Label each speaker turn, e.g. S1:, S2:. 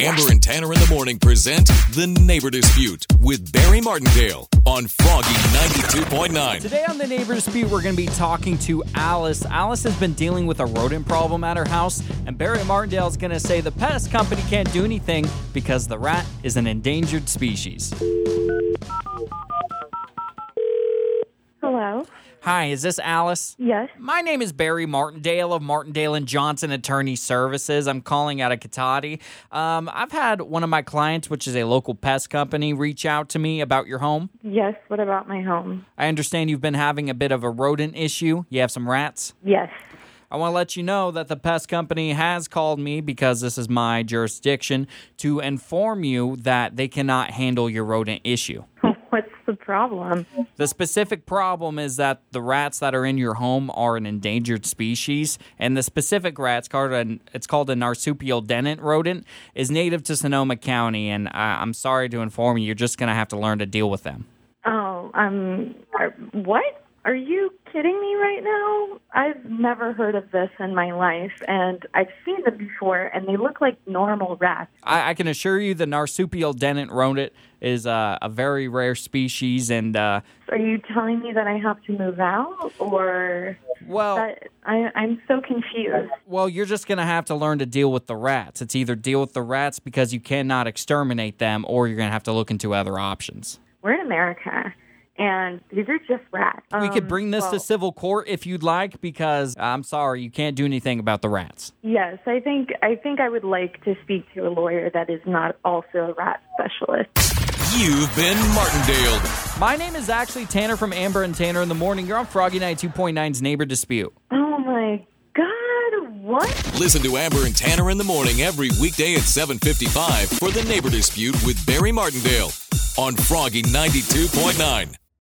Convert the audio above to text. S1: Amber and Tanner in the morning present The Neighbor Dispute with Barry Martindale on Froggy 92.9.
S2: Today on the Neighbor Dispute, we're going to be talking to Alice. Alice has been dealing with a rodent problem at her house, and Barry Martindale is going to say the pest company can't do anything because the rat is an endangered species.
S3: Hello.
S2: Hi, is this Alice?
S3: Yes.
S2: My name is Barry Martindale of Martindale and Johnson Attorney Services. I'm calling out of Katati. Um, I've had one of my clients, which is a local pest company, reach out to me about your home.
S3: Yes. What about my home?
S2: I understand you've been having a bit of a rodent issue. You have some rats.
S3: Yes.
S2: I want to let you know that the pest company has called me because this is my jurisdiction to inform you that they cannot handle your rodent issue.
S3: What's the problem?
S2: The specific problem is that the rats that are in your home are an endangered species, and the specific rat's called an it's called a marsupial denant rodent is native to Sonoma County, and I, I'm sorry to inform you, you're just gonna have to learn to deal with them.
S3: Oh, um, are, what? Are you kidding me right now? I've never heard of this in my life, and I've seen them before, and they look like normal rats.
S2: I, I can assure you, the marsupial denant rodent is uh, a very rare species, and uh,
S3: Are you telling me that I have to move out, or
S2: well.
S3: that I, I'm so confused?
S2: Well, you're just going to have to learn to deal with the rats. It's either deal with the rats because you cannot exterminate them, or you're going to have to look into other options.
S3: We're in America, and these are just rats.
S2: we could
S3: Um,
S2: bring this to
S3: well-
S2: civil court if you'd like, because I'm sorry, you can't do anything about the rats.
S3: Yes, I think I think I would like to speak to a lawyer that is not also a rat specialist.
S1: You've been Martindale.
S2: My name is actually Tanner from Amber and Tanner in the Morning. You're on Froggy Night 2.9's Neighbor Dispute.
S3: Oh my god, what?
S1: Listen to Amber and Tanner in the morning every weekday at 7:55 for The Neighbor Dispute with Barry Martindale on Froggy 92.9.